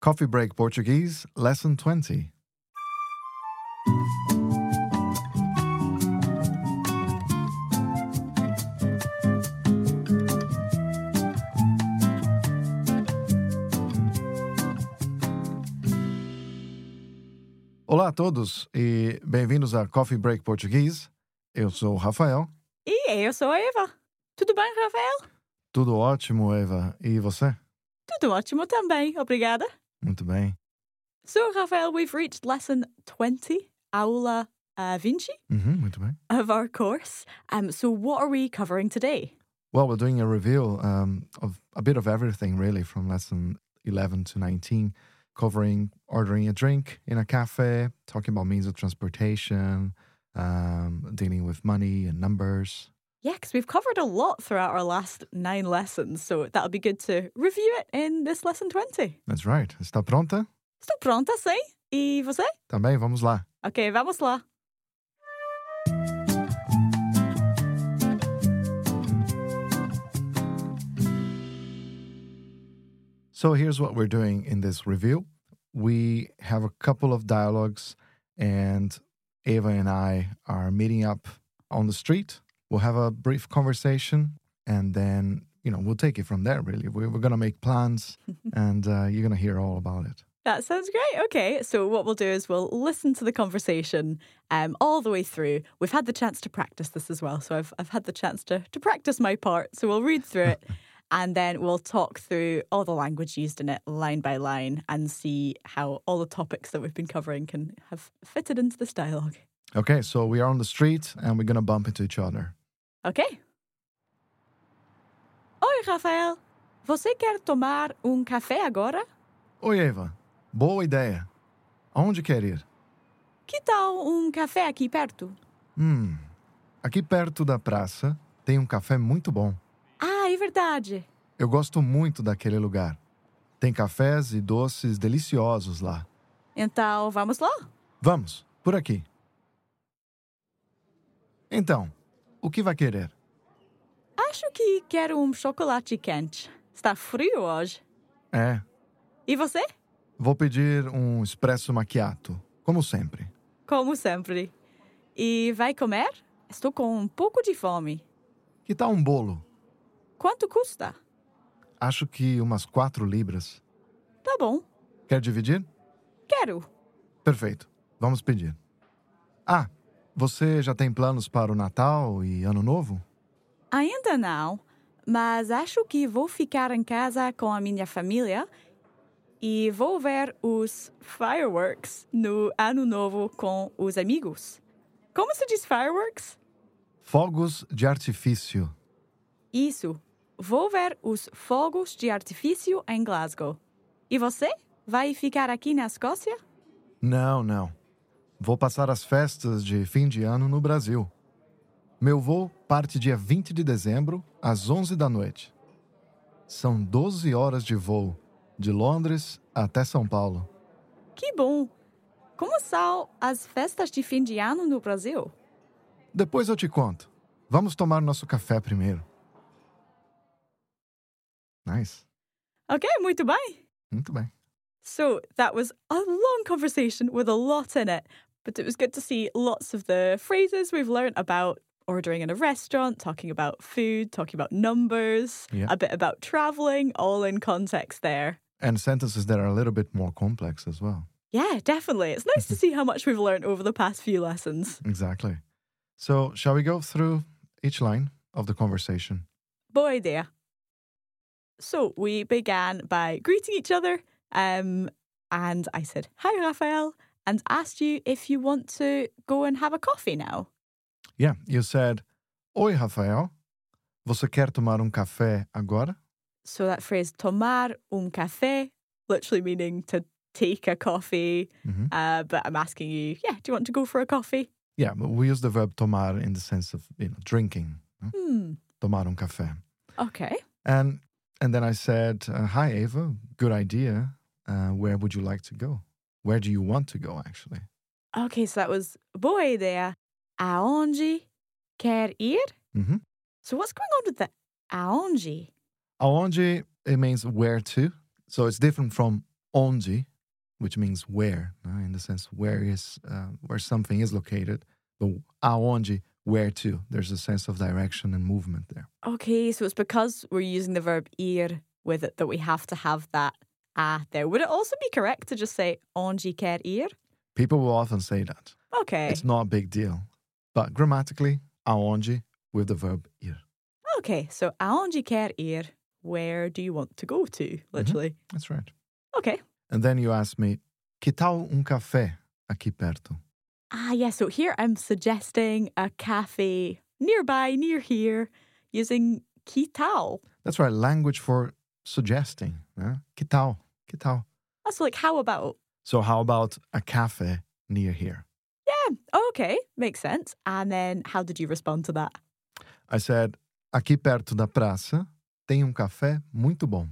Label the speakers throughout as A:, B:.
A: Coffee Break Portuguese, Lesson 20. Olá a todos e bem-vindos a Coffee Break Português. Eu sou o Rafael.
B: E eu sou a Eva. Tudo bem, Rafael?
A: Tudo ótimo, Eva. E você?
B: Tudo ótimo também, obrigada.
A: Muito bem.
B: So, Rafael, we've reached lesson 20, aula uh, 20
A: Uhum, muito bem.
B: of our course. Um, so, what are we covering today?
A: Well, we're doing a review um, of a bit of everything, really, from lesson 11 to 19, covering ordering a drink in a cafe, talking about means of transportation, um, dealing with money and numbers.
B: Yeah, because we've covered a lot throughout our last nine lessons, so that'll be good to review it in this lesson 20.
A: That's right. Está pronta?
B: Estou pronta, sim? E você?
A: Também vamos lá.
B: Ok, vamos lá.
A: So here's what we're doing in this review. We have a couple of dialogues, and Ava and I are meeting up on the street. We'll have a brief conversation, and then you know we'll take it from there. Really, We- we're gonna make plans, and uh, you're gonna hear all about it.
B: That sounds great. Okay, so what we'll do is we'll listen to the conversation um, all the way through. We've had the chance to practice this as well, so I've I've had the chance to to practice my part. So we'll read through it, and then we'll talk through all the language used in it line by line, and see how all the topics that we've been covering can have fitted into this dialogue.
A: Okay, so we are on the street, and we're gonna bump into each other.
B: Okay. Oi, Rafael. Você quer tomar um café agora?
A: Oi, Eva. Boa ideia. Aonde quer ir?
B: Que tal um café aqui perto?
A: Hum, aqui perto da praça tem um café muito bom.
B: Ah, é verdade.
A: Eu gosto muito daquele lugar. Tem cafés e doces deliciosos lá.
B: Então, vamos lá.
A: Vamos, por aqui. Então, o que vai querer?
B: Acho que quero um chocolate quente. Está frio hoje.
A: É,
B: E você?
A: vou pedir um espresso macchiato, como sempre.
B: Como sempre. E vai comer? Estou com um pouco de fome.
A: Que tal um bolo?
B: Quanto custa?
A: Acho que umas quatro libras.
B: Tá bom.
A: Quer dividir?
B: Quero.
A: Perfeito, vamos pedir. Ah, você já tem planos para o Natal e Ano Novo?
B: Ainda não, mas acho que vou ficar em casa com a minha família e vou ver os fireworks no Ano Novo com os amigos. Como se diz fireworks?
A: Fogos de artifício.
B: Isso. Vou ver os fogos de artifício em Glasgow. E você? Vai ficar aqui na Escócia?
A: Não, não. Vou passar as festas de fim de ano no Brasil. Meu voo parte dia 20 de dezembro, às 11 da noite. São 12 horas de voo, de Londres até São Paulo.
B: Que bom! Como são as festas de fim de ano no Brasil?
A: Depois eu te conto. Vamos tomar nosso café primeiro. Nice.
B: Ok, muito bem!
A: Muito bem.
B: So, that was a long conversation with a lot in it, but it was good to see lots of the phrases we've learned about ordering in a restaurant, talking about food, talking about numbers,
A: Yeah.
B: a bit about traveling, all in context there.
A: And sentences that are a little bit more complex as well.
B: Yeah, definitely. It's nice to see how much we've learned over the past few lessons.
A: Exactly. So, shall we go through each line of the conversation?
B: Boy, idea. So we began by greeting each other, um, and I said, Hi, Raphael, and asked you if you want to go and have a coffee now.
A: Yeah, you said, Oi, Rafael. Você quer tomar um café agora?
B: So that phrase, tomar un café, literally meaning to take a coffee,
A: Mhm.
B: uh, but I'm asking you, yeah, do you want to go for a coffee?
A: Yeah, but we use the verb tomar in the sense of, you know, drinking. no?
B: Hmm,
A: Tomar um café.
B: okay.
A: And and then I said, uh, Hi, Eva. Good idea. Uh, where would you like to go? Where do you want to go, actually?
B: Okay, so that was boa ideia. Aonde quer ir?
A: Mm-hmm.
B: So what's going on with the aonde?
A: Aonde, it means where to. So it's different from onde, which means where, uh, in the sense where is uh, where something is located, but aonde, where to. There's a sense of direction and movement there.
B: Okay, so it's because we're using the verb ir with it that we have to have that ah there. Would it also be correct to just say onde quer ir?
A: People will often say that.
B: Okay.
A: It's not a big deal, but grammatically, aonde with the verb ir.
B: Okay, so aonde quer ir? Where do you want to go to?
A: Mm-hmm.
B: Literally.
A: That's right.
B: Okay.
A: And then you ask me, que tal um café aqui perto?
B: Ah, yeah. So here I'm suggesting a cafe nearby, near here, using quitao.
A: That's right, language for suggesting. Yeah? Que tal? Que tal?
B: That's like, how about?
A: So how about a cafe near here?
B: Okay, makes sense. And then how did you respond to that?
A: I said, aqui perto da praça tem um café muito bom.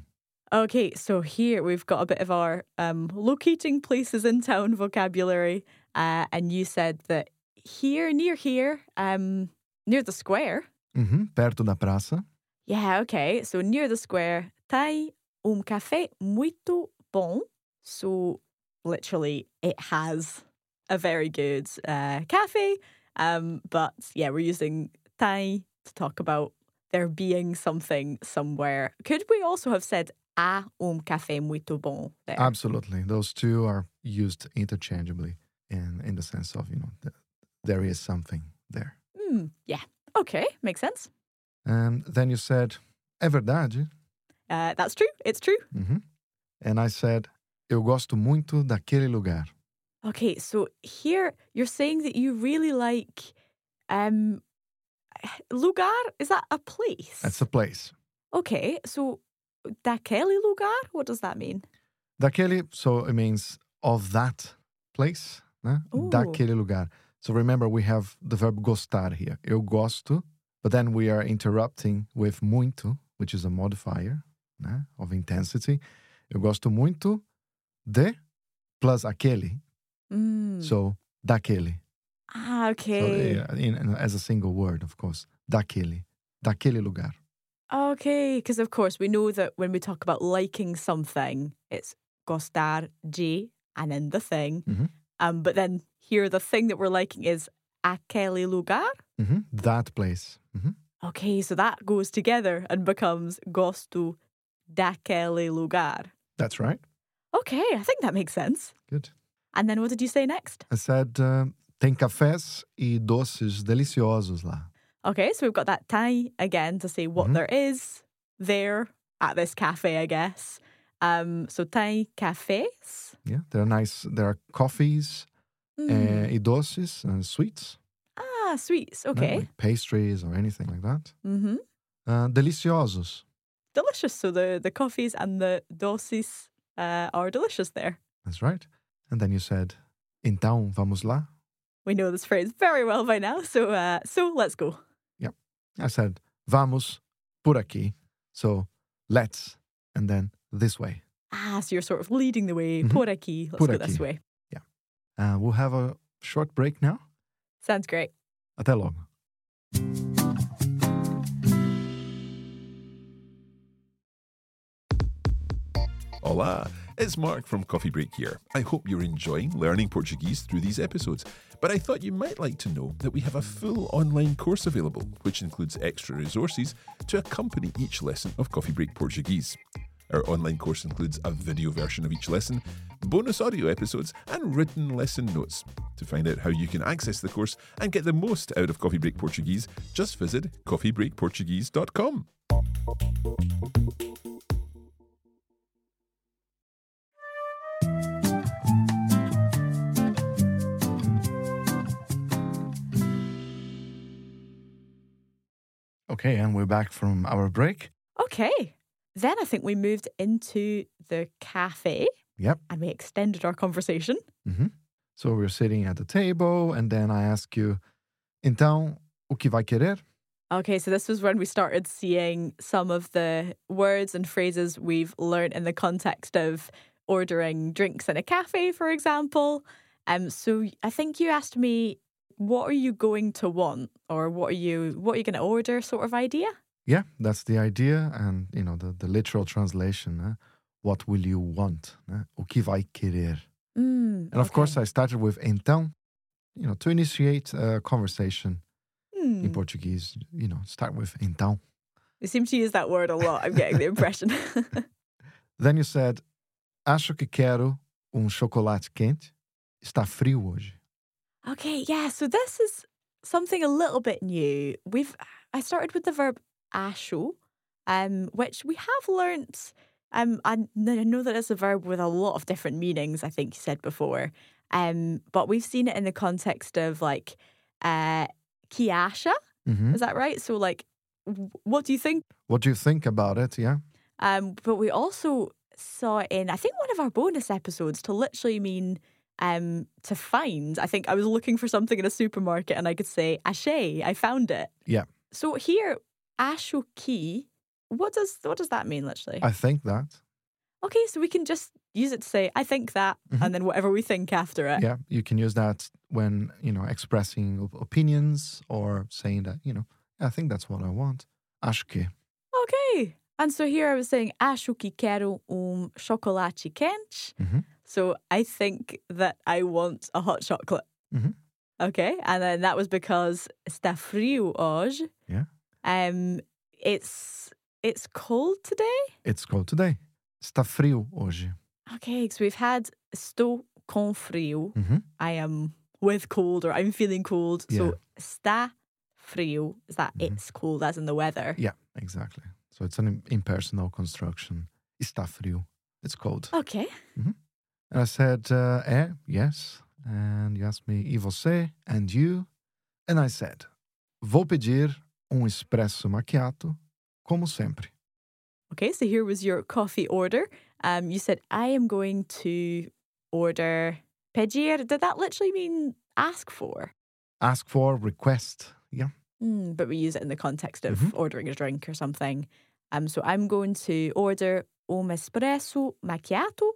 B: Okay, so here we've got a bit of our um, locating places in town vocabulary. Uh, and you said that here, near here, um, near the square.
A: Uhum, perto da praça
B: Yeah, okay. So near the square, tem um café muito bom. So literally, it has a very good uh, cafe. Um, but yeah, we're using tem to talk about there being something somewhere. Could we also have said a um café muito bom there?
A: Absolutely. Those two are used interchangeably in, in the sense of, you know, th- there is something there.
B: Hmm, yeah. Okay, makes sense.
A: And then you said, é verdade.
B: Uh, that's true. It's true.
A: Uhum. And I said, eu gosto muito daquele lugar.
B: Okay, so here you're saying that you really like um lugar is that a place?
A: That's a place.
B: okay, so daquele lugar, what does that mean?
A: Daquele, so it means of that place. Né?
B: Ooh.
A: Daquele lugar. So remember, we have the verb gostar here. Eu gosto, but then we are interrupting with muito, which is a modifier né? of intensity. Eu gosto muito de plus aquele.
B: Mm.
A: So daquele.
B: ah,
A: So,
B: okay.
A: uh, in, in- as a single word, of course. Daquele. Daquele lugar.
B: Okay, because of course we know that when we talk about liking something, it's gostar de and then the thing.
A: Mhm.
B: Um, but then here the thing that we're liking is aquele lugar.
A: Mhm. That place. Mhm.
B: Okay, so that goes together and becomes gosto daquele lugar.
A: That's right.
B: Okay, I think that makes sense.
A: Good.
B: And then what did you say next?
A: I said, uh, tem cafés e doces deliciosos lá.
B: Okay, so we've got that tie again to say what
A: Mhm.
B: there is there at this cafe, I guess. Um, so tie cafes.
A: Yeah, there are nice. There are coffees
B: Mm.
A: uh, e doces and sweets.
B: ah, sweets.
A: you know,
B: Okay.
A: like pastries or anything like that.
B: hmm
A: Uh, deliciosos.
B: Delicious. So the the coffees and the dosis uh, are delicious there.
A: That's right. And then you said, então vamos lá.
B: We know this phrase very well by now. So uh, so let's go.
A: I said, vamos por aquí. So let's, and then this way.
B: Ah, so you're sort of leading the way.
A: Mhm.
B: Por aquí. Let's
A: Por
B: go this
A: aquí.
B: way.
A: Uh, we'll have a short break now.
B: Sounds great.
A: Até logo.
C: Olá, it's Mark from Coffee Break here. I hope you're enjoying learning Portuguese through these episodes, but I thought you might like to know that we have a full online course available, which includes extra resources to accompany each lesson of Coffee Break Portuguese. Our online course includes a video version of each lesson, bonus audio episodes, and written lesson notes. To find out how you can access the course and get the most out of Coffee Break Portuguese, just visit coffeebreakportuguese.com.
A: Okay, and we're back from our break.
B: Okay. Then I think we moved into the cafe.
A: Yep.
B: and we extended our conversation.
A: So we're sitting at the table, and then I ask you, então o que vai querer?
B: Okay, so this was when we started seeing some of the words and phrases we've learned in the context of ordering drinks in a cafe, for example. Um, so I think you asked me, "What are you going to want?" or "What are you what are you going to order?" sort of idea.
A: Yeah, that's the idea, and you know the, the literal translation. Huh? What will you want? né? O que vai querer?
B: Mm,
A: And of
B: okay.
A: course, I started with então, you know, to initiate a conversation
B: Hmm.
A: in Portuguese, you know, start with então.
B: You seem to use that word a lot. I'm getting the impression.
A: Then you said, acho que quero um chocolate quente. Está frio hoje.
B: okay, yeah. So this is something a little bit new. We've I started with the verb acho, um, which we have learnt. Um, I kn- I know that it's a verb with a lot of different meanings. I think you said before, um, but we've seen it in the context of like, uh, que acha?
A: Mhm.
B: Is that right? So like, w- what do you think?
A: What do you think about it? Yeah.
B: Um, but we also saw it in, I think, one of our bonus episodes to literally mean um, to find. I think I was looking for something in a supermarket and I could say, Ache, I found it.
A: Yeah.
B: So here, Ashoki, what does what does that mean literally?
A: I think that.
B: okay, so we can just use it to say, I think that,
A: Mhm.
B: and then whatever we think after it.
A: Yeah. You can use that when, you know, expressing op- opinions or saying that, you know, I think that's what I want. Acho que.
B: Okay. And so here I was saying, acho que quero um chocolate quente.
A: Mhm.
B: So I think that I want a hot chocolate.
A: Mhm.
B: Okay. And then that was because está frio hoje.
A: Yeah.
B: Um, it's it's cold today.
A: It's cold today. Está frio hoje.
B: Okay. So we've had estou com frio.
A: Mhm.
B: I am with cold or I'm feeling cold.
A: Yeah.
B: So está frio is that
A: Mhm.
B: it's cold as in the weather.
A: Yeah, exactly. So it's an im- impersonal construction. Está frio. It's cold.
B: Okay.
A: And I said, uh, é, yes. And you asked me, e você? And you? And I said, vou pedir um espresso macchiato, como sempre.
B: Okay, so here was your coffee order. Um, you said I am going to order pedir. Did that literally mean ask for?
A: Ask for, request. Yeah.
B: Hmm, but we use it in the context of ordering a drink or something. Um, so I'm going to order un espresso macchiato.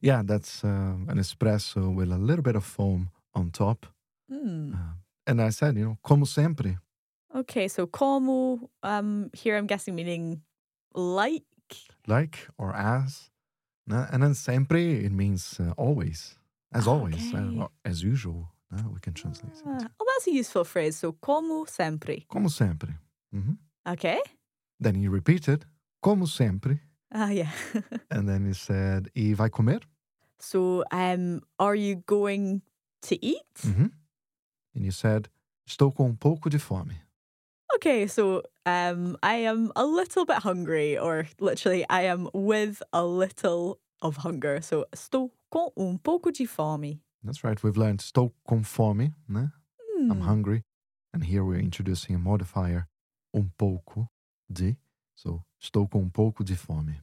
A: Yeah, that's um an espresso with a little bit of foam on top.
B: Hmm.
A: Uh, and I said, you know, como sempre.
B: Okay, so como um here I'm guessing meaning like.
A: like or as. né? And then sempre, it means uh, always, as always, uh,
B: Ah, Okay.
A: or as usual. né? we can translate it.
B: Ah, oh, that's a useful phrase. So como sempre.
A: Como sempre. Mhm.
B: Okay.
A: Then he repeated, como sempre.
B: Ah, yeah.
A: And then he said, e vai comer?
B: so um, are you going to eat?
A: Mhm. And you said, estou com um pouco de fome.
B: Okay, so um, I am a little bit hungry, or literally, I am with a little of hunger. So, estou com um pouco de fome.
A: That's right, we've learned estou com fome, né? I'm
B: Hmm,
A: hungry. And here we're introducing a modifier, um pouco de. So, estou com um pouco de fome.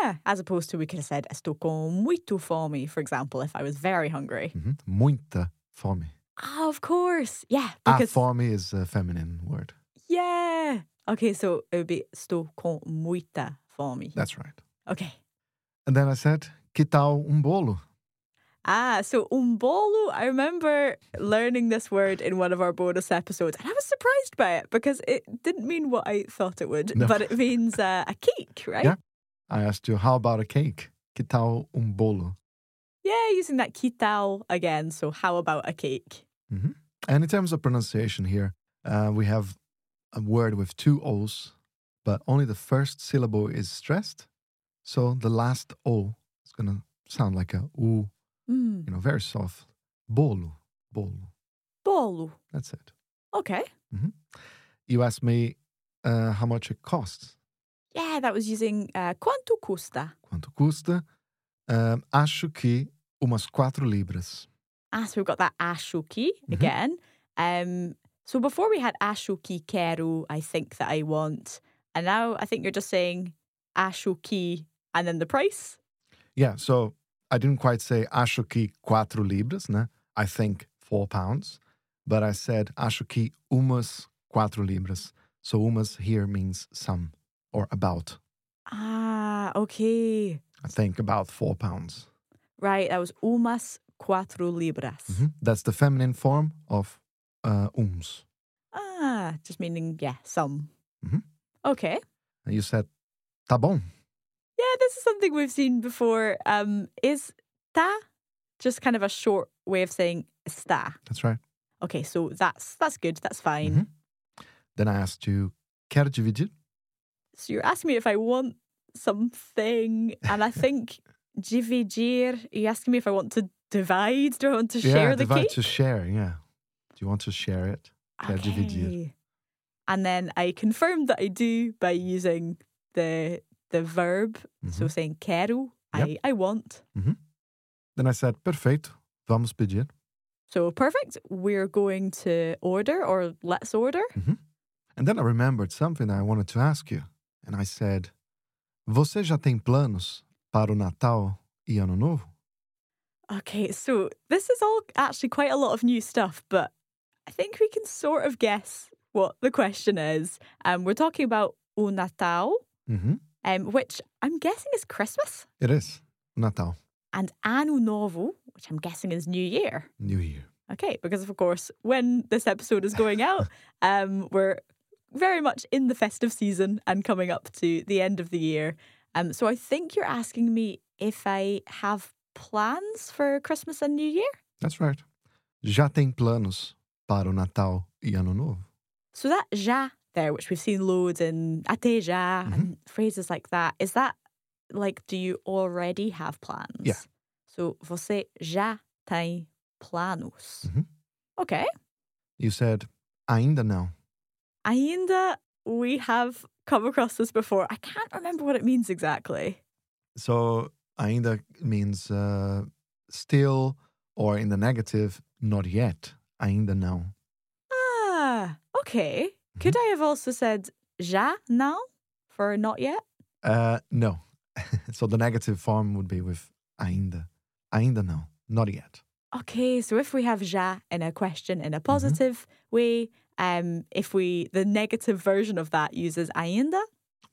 B: Yeah, as opposed to we could have said estou com muito fome, for example, if I was very hungry.
A: Mhm. Muita fome.
B: Ah, of course, yeah,
A: Ah,
B: because
A: fome is a feminine word.
B: yeah. Okay, so it would be estou com muita fome.
A: That's right.
B: Okay.
A: And then I said, que tal um bolo?
B: Ah, so umbolo, I remember learning this word in one of our bonus episodes, and I was surprised by it because it didn't mean what I thought it would,
A: No.
B: but it means uh, a cake, right?
A: Yeah. I asked you, how about a cake? Que tal um bolo?
B: Yeah, using that kitao again. So, how about a cake?
A: And in terms of pronunciation here, uh, we have a word with two O's, but only the first syllable is stressed. So the last O is going to sound like a U,
B: Mm.
A: you know, very soft. Bolo, bolo.
B: Bolo.
A: That's it.
B: Okay.
A: You asked me uh, how much it costs.
B: Yeah, that was using uh, quanto custa.
A: Quanto custa? Um, acho que umas quatro libras.
B: Ah, so we've got that ashuki
A: Mhm.
B: again. Um, so before we had ashuki keru, I think that I want, and now I think you're just saying ashuki and then the price.
A: Yeah, so I didn't quite say acho que quatro libras, né? I think four pounds, but I said acho que umas quatro libras. So umas here means some or about.
B: Ah, okay.
A: I think about four pounds.
B: Right, that was umas cuatro libras.
A: Mhm. That's the feminine form of uh, ums.
B: Ah,
A: Mm-hmm.
B: just meaning, yeah, some.
A: Mhm.
B: Okay.
A: And you said tá bom.
B: Yeah, this is something we've seen before. Um, is ta just kind of a short way of saying está?
A: That's right.
B: Okay, so that's that's good. That's fine.
A: Mhm. Then I asked you, quer dividir?
B: So you're asking me if I want something, and I think dividir. You're asking me if I want to divide. Do I want to share
A: yeah,
B: the
A: divide
B: cake?
A: to share. Yeah. Do you want to share it? Yeah, dividir.
B: Okay. And then I confirmed that I do by using the the verb, so
A: Mhm.
B: saying quero, I, I want.
A: Then I said, perfeito, vamos pedir.
B: So perfect. We're going to order or let's order.
A: And then I remembered something I wanted to ask you. And I said, Você já tem planos para o Natal e Ano Novo?
B: Okay, so this is all actually quite a lot of new stuff, but I think we can sort of guess what the question is. Um, we're talking about o Natal,
A: Mhm.
B: um, which I'm guessing is Christmas,
A: It is Natal,
B: and Ano Novo, which I'm guessing is New Year.
A: New Year.
B: Okay, because of course, when this episode is going out, um, we're very much in the festive season and coming up to the end of the year. Um, so I think you're asking me if I have plans for Christmas and New Year.
A: That's right. Já tem planos para o Natal e Ano Novo?
B: So that ja there, which we've seen loads in até ja and phrases like that, is that like do you already have plans?
A: Yeah.
B: So você já tem planos.
A: Mhm.
B: Okay.
A: You said, ainda não.
B: Ainda, we have come across this before. I can't remember what it means exactly.
A: So, ainda means uh, still, or in the negative, not yet. Ainda não.
B: Ah, okay. Could I have also said já now for not yet?
A: Uh, no. so, the negative form would be with ainda. Ainda não. Not yet.
B: Okay, so if we have ja in a question in a positive way, um, if we the negative version of that uses ainda,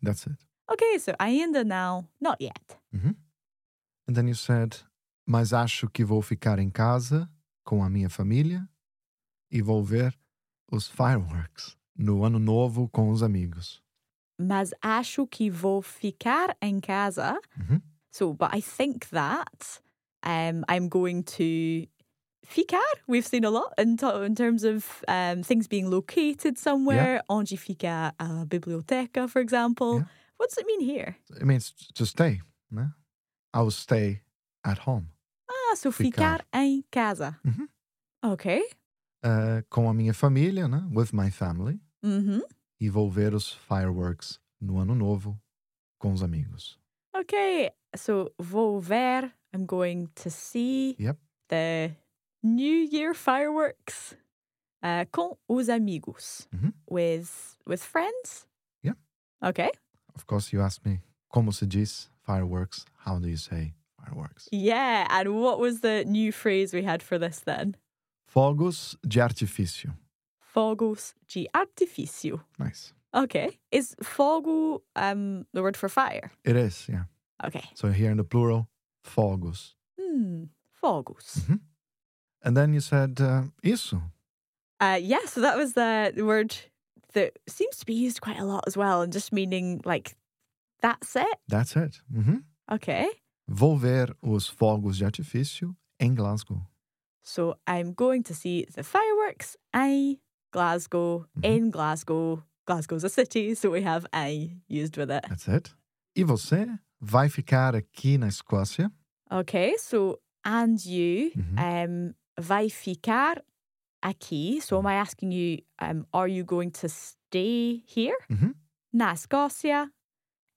A: That's it.
B: okay, so ainda now, not yet.
A: And then you said, mas acho que vou ficar em casa com a minha família e vou ver os fireworks no ano novo com os amigos.
B: Mas acho que vou ficar em casa.
A: Mhm.
B: So, but I think that um, I'm going to ficar. We've seen a lot in, to- in terms of um, things being located somewhere. Onde fica a biblioteca, for example.
A: Yeah.
B: What does it mean here?
A: It means to stay, né? I will stay at home
B: Ah, so
A: Ficar.
B: ficar, em casa.
A: Mhm.
B: Okay.
A: eh, com a minha família, né? With my family.
B: hmm
A: E vou ver os fireworks no ano novo com os amigos.
B: Okay. So vou ver. I'm going to see
A: Yep.
B: the New Year fireworks uh, com os amigos
A: Mhm.
B: with with friends.
A: Yeah.
B: Okay.
A: Of course, you asked me, como se diz fireworks? How do you say fireworks?
B: Yeah. And what was the new phrase we had for this then?
A: Fogos de artifício.
B: Fogos de artifício.
A: Nice.
B: Okay. Is fogo um, the word for fire?
A: It is, yeah.
B: Okay.
A: So here in the plural, fogos.
B: Hmm. Fogos.
A: And then you said uh, isso.
B: Uh, yeah, so that was the the word that seems to be used quite a lot as well, and just meaning like that's it.
A: That's it. Mhm.
B: Okay.
A: Vou ver os fogos de artifício em Glasgow.
B: So I'm going to see the fireworks. I Glasgow in Glasgow. Glasgow's a city, so we have I used with it.
A: That's it. E você vai ficar aqui na Escócia?
B: Okay, so and you
A: Mhm.
B: um vai ficar aqui. So am I asking you, um, are you going to stay here?
A: Mhm.
B: Na Scotia.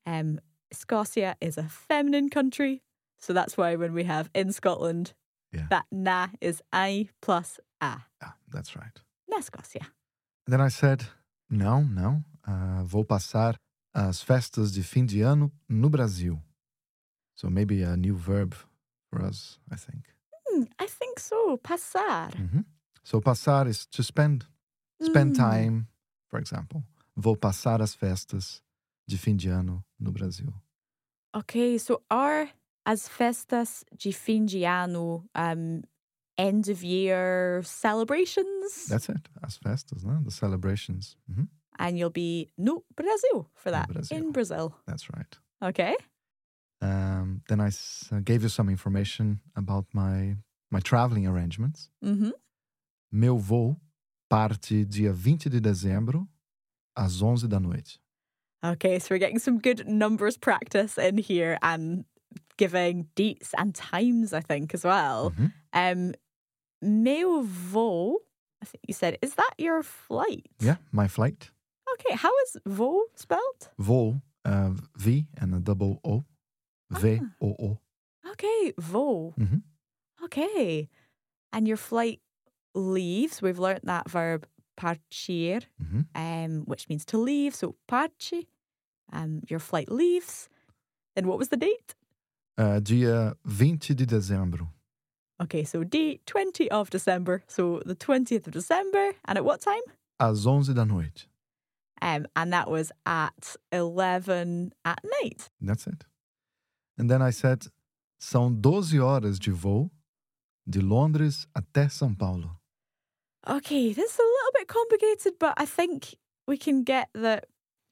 B: Um Scotia is a feminine country. So that's why when we have in Scotland,
A: Yeah.
B: that na is I plus a.
A: Ah, that's right.
B: Na Scotia.
A: And then I said, não, não. ah, vou passar as festas de fim de ano no Brasil. So maybe a new verb for us, I think.
B: Hmm, I think so. Passar.
A: Mhm. So passar is to spend. Spend
B: Mm.
A: time, for example. Vou passar as festas de fim de ano no Brasil.
B: Okay, so are as festas de fim de ano um end of year celebrations?
A: That's it. As festas, né? The celebrations. Mhm.
B: and you'll be no Brazil for
A: No
B: that
A: Brazil.
B: in Brazil.
A: That's right.
B: Okay.
A: Um, then I s- gave you some information about my my traveling arrangements.
B: Mm-hmm.
A: Meu voo parte dia 20 de dezembro às 11 da noite.
B: Okay, so we're getting some good numbers practice in here and giving dates and times, I think, as well.
A: Mhm.
B: Um, meu voo, I think you said, is that your flight?
A: Yeah, my flight.
B: Okay, how is voo spelled?
A: Voo, uh, V and a double O. V O O.
B: Okay, voo.
A: Mhm.
B: Okay. And your flight leaves. We've learnt that verb partir,
A: Mhm.
B: um, which means to leave. So parti, um, your flight leaves. And what was the date?
A: Uh, dia 20 de dezembro.
B: Okay, so D, 20 of December. So the 20th of December. And at what time?
A: Às 11 da noite.
B: Um, and that was at 11 at night.
A: That's it. And then I said, são 12 horas de voo de Londres até São Paulo.
B: Okay, this is a little bit complicated, but I think we can get that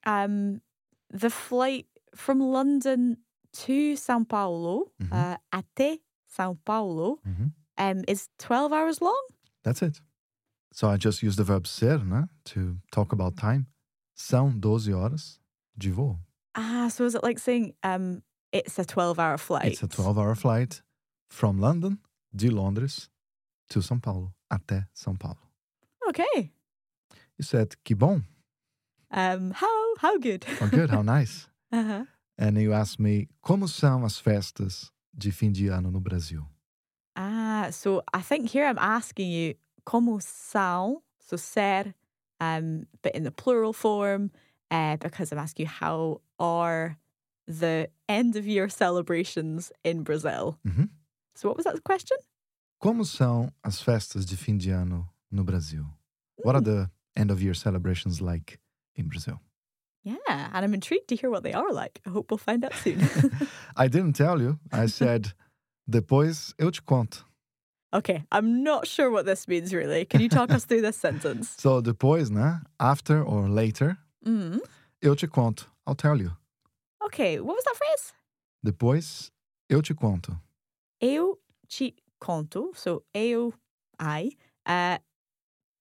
B: um, the flight from London to Sao Paulo,
A: Mhm.
B: uh, até Sao Paulo,
A: Mhm.
B: um, is 12 hours long.
A: That's it. So I just used the verb ser, né, to talk about time. São 12 horas de voo.
B: Ah, so is it like saying um, it's a 12 hour flight?
A: It's a 12 hour flight from London, de Londres, to São Paulo, até São Paulo.
B: Okay.
A: You said, que bom,
B: Um, how, how good?
A: how good, how nice.
B: uh-huh.
A: And you asked me, como são as festas de fim de ano no Brasil?
B: Ah, so I think here I'm asking you, como são, so ser, um, but in the plural form, uh, because I'm asking you how are the end of year celebrations in Brazil?
A: Mhm.
B: So what was that question?
A: Como são as festas de fim de ano no Brasil? What
B: Mm,
A: are the end of year celebrations like in Brazil?
B: Yeah, and I'm intrigued to hear what they are like. I hope we'll find out soon.
A: I didn't tell you. I said, depois eu te conto.
B: okay, I'm not sure what this means really. Can you talk us through this sentence?
A: So, depois, né? After or later,
B: Mm.
A: eu te conto. I'll tell you.
B: Okay, what was that phrase?
A: Depois, eu te conto.
B: Eu te conto. So eu, I. Uh,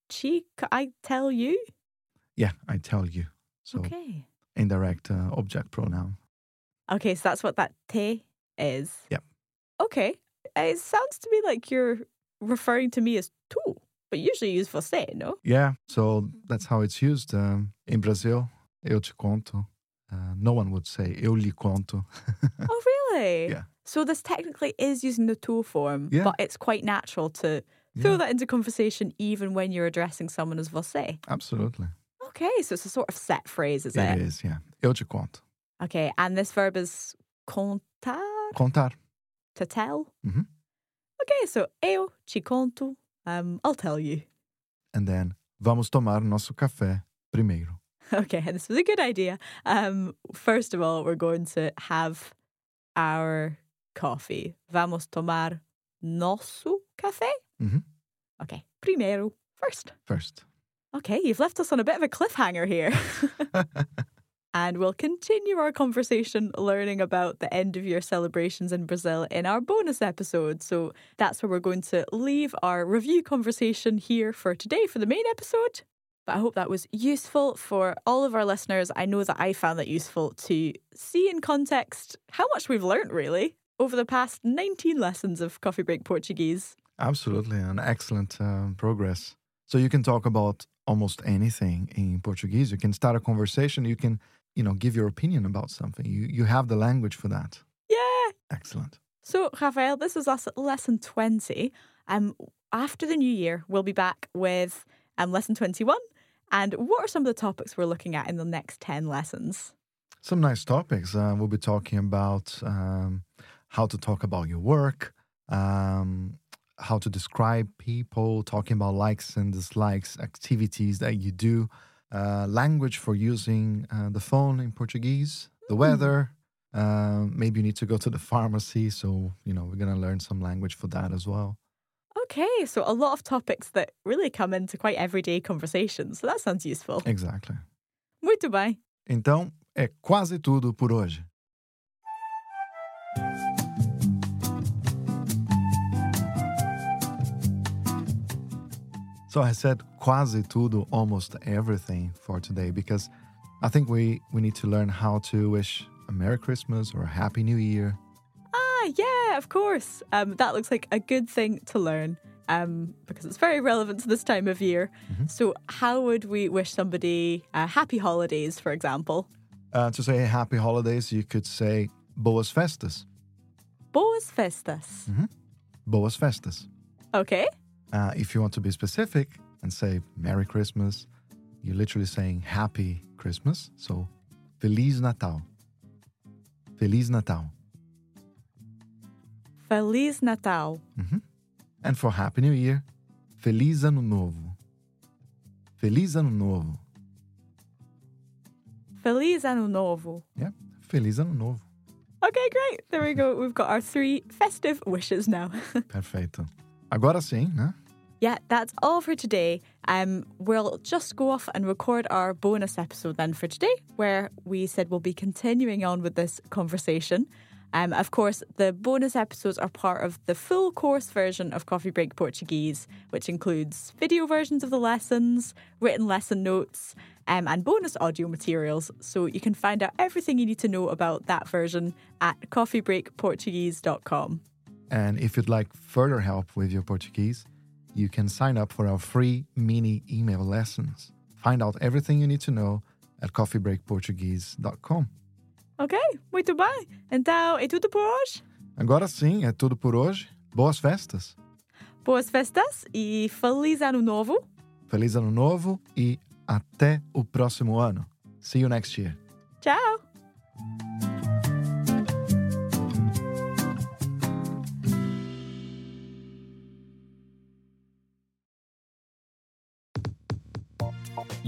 B: te, c- I tell you.
A: Yeah, I tell you. So,
B: Okay.
A: indirect uh, object pronoun.
B: Okay, so that's what that te is.
A: Yep.
B: Okay. It sounds to me like you're referring to me as tu, but usually you use você, no?
A: Yeah, so that's how it's used um, in Brazil. Eu te conto. Uh, no one would say eu lhe conto.
B: oh, really?
A: Yeah.
B: So this technically is using the tu form,
A: Yeah.
B: but it's quite natural to throw that into conversation even when you're addressing someone as você.
A: Absolutely.
B: Okay, so it's a sort of set phrase, is
A: It is, yeah. Eu te conto.
B: Okay, and this verb is contar.
A: Contar.
B: to tell.
A: Mhm.
B: Okay, so eu te conto. Um, I'll tell you.
A: And then, vamos tomar nosso café primeiro.
B: Okay, this was a good idea. Um, first of all, we're going to have our coffee. Vamos tomar nosso café.
A: Mhm.
B: Okay, primero, first.
A: First.
B: Okay, you've left us on a bit of a cliffhanger here. and we'll continue our conversation learning about the end of year celebrations in Brazil in our bonus episode. So that's where we're going to leave our review conversation here for today for the main episode. But I hope that was useful for all of our listeners. I know that I found that useful to see in context how much we've learnt really over the past 19 lessons of Coffee Break Portuguese.
A: Absolutely, an excellent um, progress. So you can talk about almost anything in Portuguese. You can start a conversation. You can, you know, give your opinion about something. You you have the language for that.
B: Yeah,
A: Excellent.
B: So, Rafael, this is us at lesson 20. Um, after the new year, we'll be back with um, lesson 21. And what are some of the topics we're looking at in the next 10 lessons?
A: Some nice topics. Uh, we'll be talking about um, how to talk about your work, um, how to describe people, talking about likes and dislikes, activities that you do, uh, language for using uh, the phone in Portuguese, the weather. Um, maybe you need to go to the pharmacy. So, you know, we're going to learn some language for that as well.
B: Okay, so a lot of topics that really come into quite everyday conversations. So that sounds useful.
A: Exactly.
B: Muito bem.
A: Então, é quase tudo por hoje. So I said quasi tudo, almost everything for today because I think we, we need to learn how to wish a Merry Christmas or a Happy New Year.
B: Ah, yeah, of course. Um, that looks like a good thing to learn um, because it's very relevant to this time of year. So, how would we wish somebody uh, happy holidays, for example?
A: Uh, to say Happy Holidays, you could say Boas Festas.
B: Boas festas.
A: Boas Festas.
B: Okay.
A: Uh, if you want to be specific and say Merry Christmas, you're literally saying Happy Christmas. So Feliz Natal. Feliz Natal.
B: Feliz Natal.
A: And for Happy New Year, Feliz Ano Novo. Feliz Ano Novo.
B: Feliz Ano Novo.
A: Yeah. Feliz Ano Novo.
B: Okay, great. There we go. We've got our three festive wishes now.
A: Perfeito. Agora sim, né?
B: Yeah, that's all for today. Um, we'll just go off and record our bonus episode then for today, where we said we'll be continuing on with this conversation. Um, of course, the bonus episodes are part of the full course version of Coffee Break Portuguese, which includes video versions of the lessons, written lesson notes, um, and bonus audio materials. So you can find out everything you need to know about that version at coffeebreakportuguese.com.
A: And if you'd like further help with your Portuguese, you can sign up for our free mini email lessons. Find out everything you need to know at coffeebreakportuguese.com.
B: Ok, muito bem. Então é tudo por hoje.
A: Agora sim, é tudo por hoje. Boas festas.
B: Boas festas e feliz ano novo.
A: Feliz ano novo e até o próximo ano. See you next year.
B: Tchau.